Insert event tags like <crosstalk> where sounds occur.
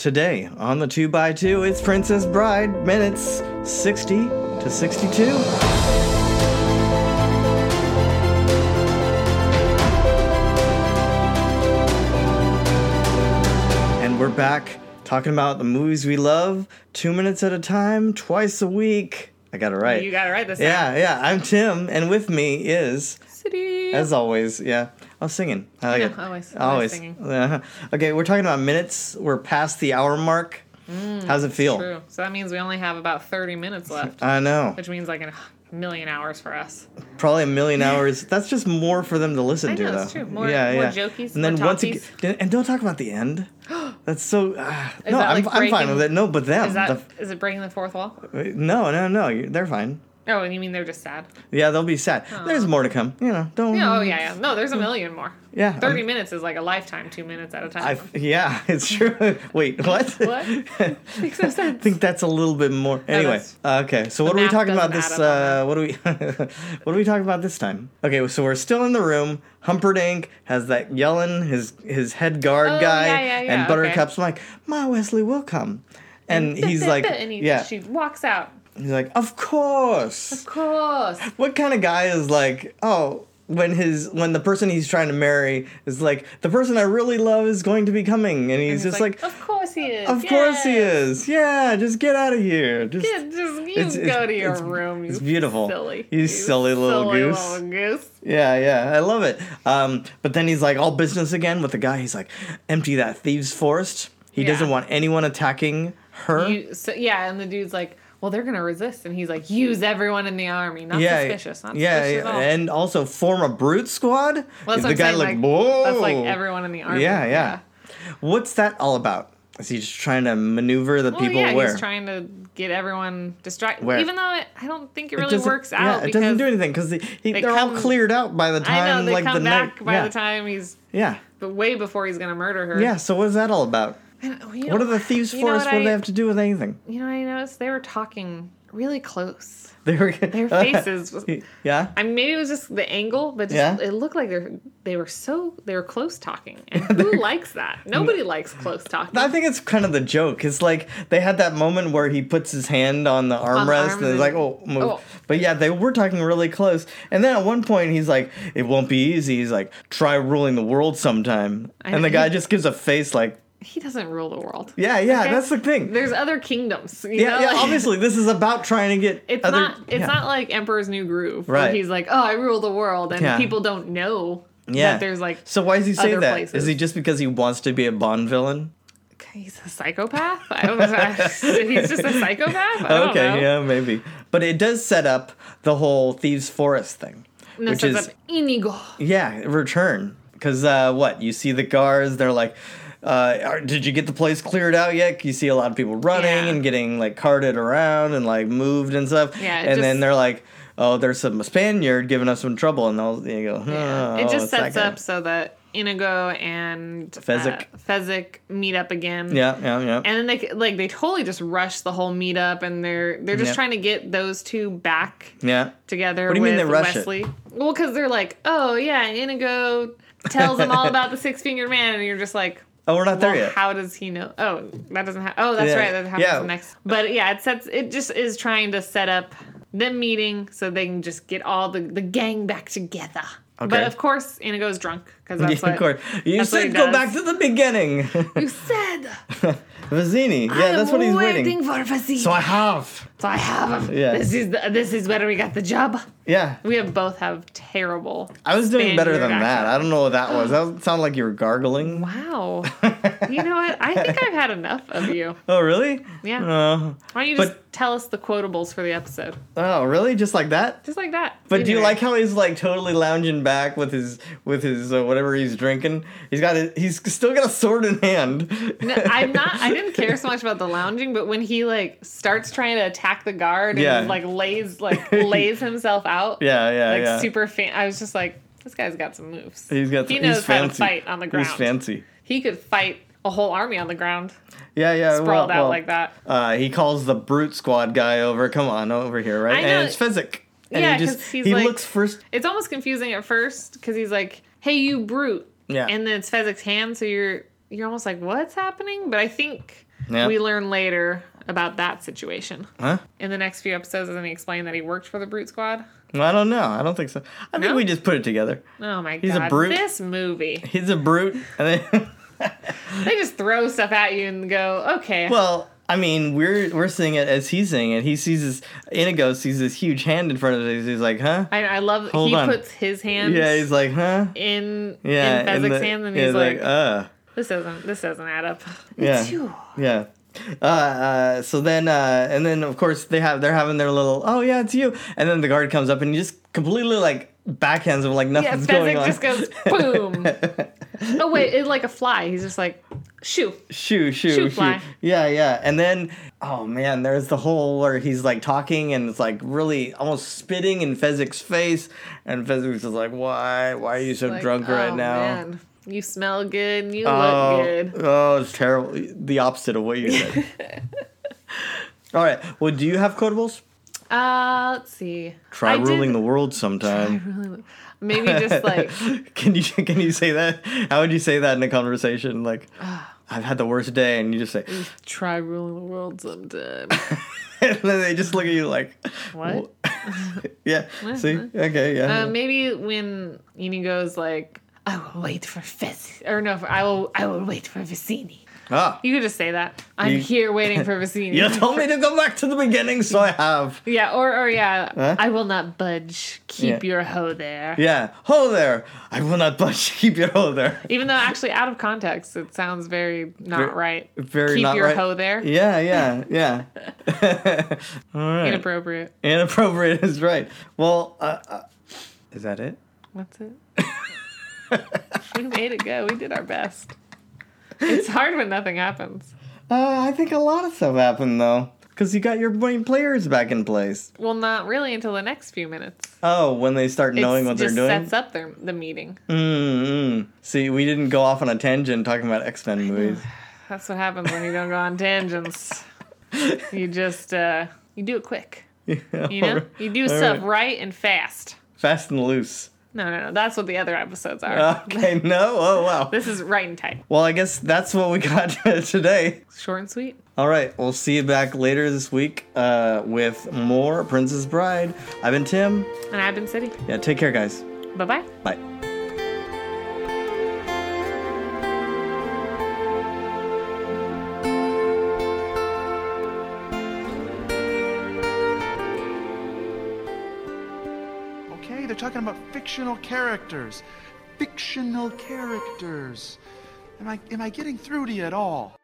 Today on the 2x2, it's Princess Bride, minutes 60 to 62. And we're back talking about the movies we love, two minutes at a time, twice a week. I got it right. You got it right this time. yeah, yeah. I'm Tim, and with me is, City. as always, yeah. I was singing. I like know, it. always, always singing. Uh-huh. <laughs> okay, we're talking about minutes. We're past the hour mark. How's it feel? Mm, True. So that means we only have about 30 <laughs> minutes left, I know. which means like a million hours for us. Probably a <laughs> million hours. That's just more for them to listen I to, know, though. it's true. More- more jokies, and then more once talkies. again, and don't talk about the <gasps> end. That's so. Uh, Is no, that, I'm, like, I'm fine breaking- with it. No, but them. Is that is The- it breaking the fourth wall? no, no, no. you- They're fine. Oh, and you mean they're just sad? Yeah, they'll be sad. There's more to come. You know, don't. Yeah, oh yeah, yeah. No, there's a <laughs> million more. Yeah, 30 I'm- minutes is like a lifetime, two minutes at a time. I, yeah, <laughs> it's true. Wait, what? What? <laughs> <laughs> Makes no I sense. think that's a little bit more. Anyway, that's- uh, okay. So what are we math talking about doesn't this? add Uh, what are we? <laughs> what are we talking about this time? Okay, so we're still in the room. Humperdinck has that yelling his his head guard Oh, guy, yeah, yeah, yeah, and okay. Buttercup's like, "My Wesley will come," and he's <laughs> like, and he, "Yeah." she walks out. He's like, "Of course." <laughs> Of course. What kind of guy is like, oh? When his when the person he's trying to marry is like the person I really love is going to be coming, and he's He's just like, of course he is. of course he yes." is, yeah, just get out of here, just Yeah, just you It's- it's- go to your it's- room. You it's beautiful. Silly. You silly little goose. little goose. Yeah, yeah, I love it. Um, but then he's like all business again with the guy. He's like, empty that thieves' forest. He Yeah. doesn't want anyone attacking her. You, so, yeah, and the dude's like, well, they're gonna resist, and he's like, use everyone in the army. Not yeah, suspicious. Not yeah, suspicious yeah. at all. and also form a brute squad. well, the that's what I'm guy saying, like, like, whoa. That's like everyone in the army. Yeah, yeah, What's that all about? Is he just trying to maneuver the Well, people yeah, where? he's trying to get everyone distracted. Where? Even though it, I don't think it really doesn't- works yeah, out. it because doesn't do anything because they, he- they they're all come- cleared out by the I time know they like come the back night. by yeah. the time he's, yeah, but way before he's gonna murder her. yeah. So what is that all about? And, oh, you know, What are the thieves' you know forest? What, What do I- they have to do with anything? You know, what I noticed they were talking really close. They were <laughs> Their faces. was- yeah. I mean, maybe it was just the angle, but just, Yeah. it looked like they are they were so they were close talking, <laughs> and who likes that? Nobody likes close talking. I think it's kind of the joke. It's like they had that moment where he puts his hand on the armrest and it's and- like, oh, move. oh. But yeah, they were talking really close. And then at one point, he's like, it won't be easy. He's like, try ruling the world sometime. I and know. the guy just gives a face like, He doesn't rule the world. yeah, yeah, Okay? that's the thing. There's other kingdoms. you yeah, know, yeah, like- obviously, this is about trying to get <laughs> It's other- not. It's yeah. not like Emperor's New Groove. Right. Where he's like, oh, I rule the world, and Yeah. people don't know Yeah. that there's like, So why does he say other that? Is places. he just because he wants to be a Bond villain? "Okay, he's a psychopath. I <laughs> don't know. <laughs> he's just a psychopath. I don't okay, know. yeah, maybe. But it does set up the whole thieves' forest thing, And this which is is up Inigo. yeah, return. Because uh, what you see the cars, they're like, uh, are, did you get the place cleared out yet? You see a lot of people running Yeah. and getting like carted around and like moved and stuff. Yeah, it and then just- they're like, oh, there's some Spaniard giving us some trouble, and they'll you go. Yeah. "Oh, it it's just that sets guy." up so that Inigo and Fezzik. uh, Fezzik meet up again. Yeah, yeah, yeah. And then they like they totally just rush the whole meetup, and they're they're just Yeah. trying to get those two back yeah. together. What do you with mean they rush it? Wesley. Well, because they're like, oh yeah, Inigo tells them all about the six fingered man, and you're just like, Oh, we're not <laughs> there well, yet. how does he know? Oh, that doesn't. Ha- oh, that's Yeah. right. That happens Yeah. next. But yeah, it sets. It just is trying to set up them meeting so they can just get all the the gang back together. But Okay. of course, Inigo's drunk because that's <laughs> yeah, what of course. You that's what said he go does. back to the beginning. <laughs> you said. Vizzini. <laughs> Yeah, that's what he's waiting. for Fasini. I have. So I have him. Yeah. This is the, this is where we got the job. Yeah. We have both have terrible. I was doing better than Spaniard that. accent. I don't know what that was. That sounded like you were gargling. Wow. you know what? I think I've had enough of you. <laughs> Oh, really? Yeah. Oh. Why don't you just tell us the quotables for the episode? oh, really? Just like that? Just like that. But do you Anyway. like how he's like totally lounging back with his with his uh, whatever he's drinking? He's got his, he's still got a sword in hand. No, <laughs> <laughs> I'm not. I didn't care so much about the lounging, but when he like starts trying to attack the guard and Yeah. <laughs> like lays like lays himself out, yeah, yeah, like yeah. super fan. I was just like, this guy's got some moves. he's got He he's knows how to fancy. fight on the ground. He's fancy. He could fight a whole army on the ground, Yeah, yeah. sprawled well, out well, like that. Uh, he calls the brute squad guy over. Come on, over here, right? I know. And it's Fezzik. And Yeah, he just 'cause he's he like- looks first. It's almost confusing at first because he's like, "Hey, you brute," Yeah. and then it's Fezzik's hand, so you're you're almost like, "What's happening?" But I think Yeah. We learn later about that situation. Huh? In the next few episodes, doesn't he explain that he worked for the Brute Squad? I don't know. I don't think so. I think No? we just put it together. Oh my He's a god, brute. this movie. He's a brute. And then, <laughs> They just throw stuff at you and go, okay. well, I mean, we're we're seeing it as he's seeing it. He sees this Inigo sees this huge hand in front of his. He's like, huh? I, I love Hold he on. puts his hands yeah. He's like, huh? in Yeah. in Fezzik's the- hands and yeah, he's like, uh. this doesn't this doesn't add up. Yeah. Phew. Yeah. Uh, uh, so then, uh, and then of course they have they're having their little oh yeah it's you, and then the guard comes up and he just completely like backhands him like <laughs> Yeah, nothing's going Fezzik on. just goes boom. <laughs> oh wait, it's like a fly. He's just like, shoo. shoo shoo Shoo shoo. fly. Yeah yeah, and then oh man, there's the whole where he's like talking and it's like really almost spitting in Fezzik's face, and Fezzik's just like why why are you so Like, drunk right "Oh, now? man, you smell good. and You Oh, look good. oh, it's terrible. The opposite of what you <laughs> said. All right. Well, do you have quotables? Uh, let's see. Try I ruling did- the world sometime. Really- <laughs> <laughs> Maybe <laughs> just like can you can you say that? How would you say that in a conversation? <sighs> Like, I've had the worst day, and you just say, try ruling the world sometime. <laughs> and then they just look at you like, What? <laughs> <laughs> yeah. See? Okay. Yeah. <laughs> Uh, maybe when Inigo's like, I will wait for Fizz, or no, for, I will, I will wait for Vicini. ah, You could just say that. I'm You- here <laughs> waiting for Vicini. <laughs> you told me to go back to the beginning, so I have. Yeah, or or yeah, Huh? I will not budge. Keep Yeah. your hoe there. Yeah. Ho there. I will not budge. <laughs> Keep your ho there. Even though actually out of context, it sounds very not Ver- right. Very keep not your right. hoe there. Yeah. Yeah. Yeah. <laughs> All right. Inappropriate. Inappropriate is right. Well, uh, uh, is that it? That's it. <laughs> we made it go. We did our best. It's hard when nothing happens. Uh, I think a lot of stuff happened though, because you got your main players back in place. Well, not really until the next few minutes. Oh, when they start knowing It's what they're just doing. sets up their, the meeting. Mm-mm. See, we didn't go off on a tangent talking about X Men movies. <laughs> That's what happens when you don't go on tangents. You just uh, you do it quick. You know, you do All stuff right. right and fast. Fast and loose. No, no, no. That's what the other episodes are. Okay, no. Oh wow. This is right and tight. Well, I guess that's what we got <laughs> today. Short and sweet. All right, we'll see you back later this week uh, with more Princess Bride. I've been Tim. And I've been City. Yeah, take care, guys. Bye bye. Bye. Okay, they're talking about fictional characters. Fictional characters. Am I am I getting through to you at all?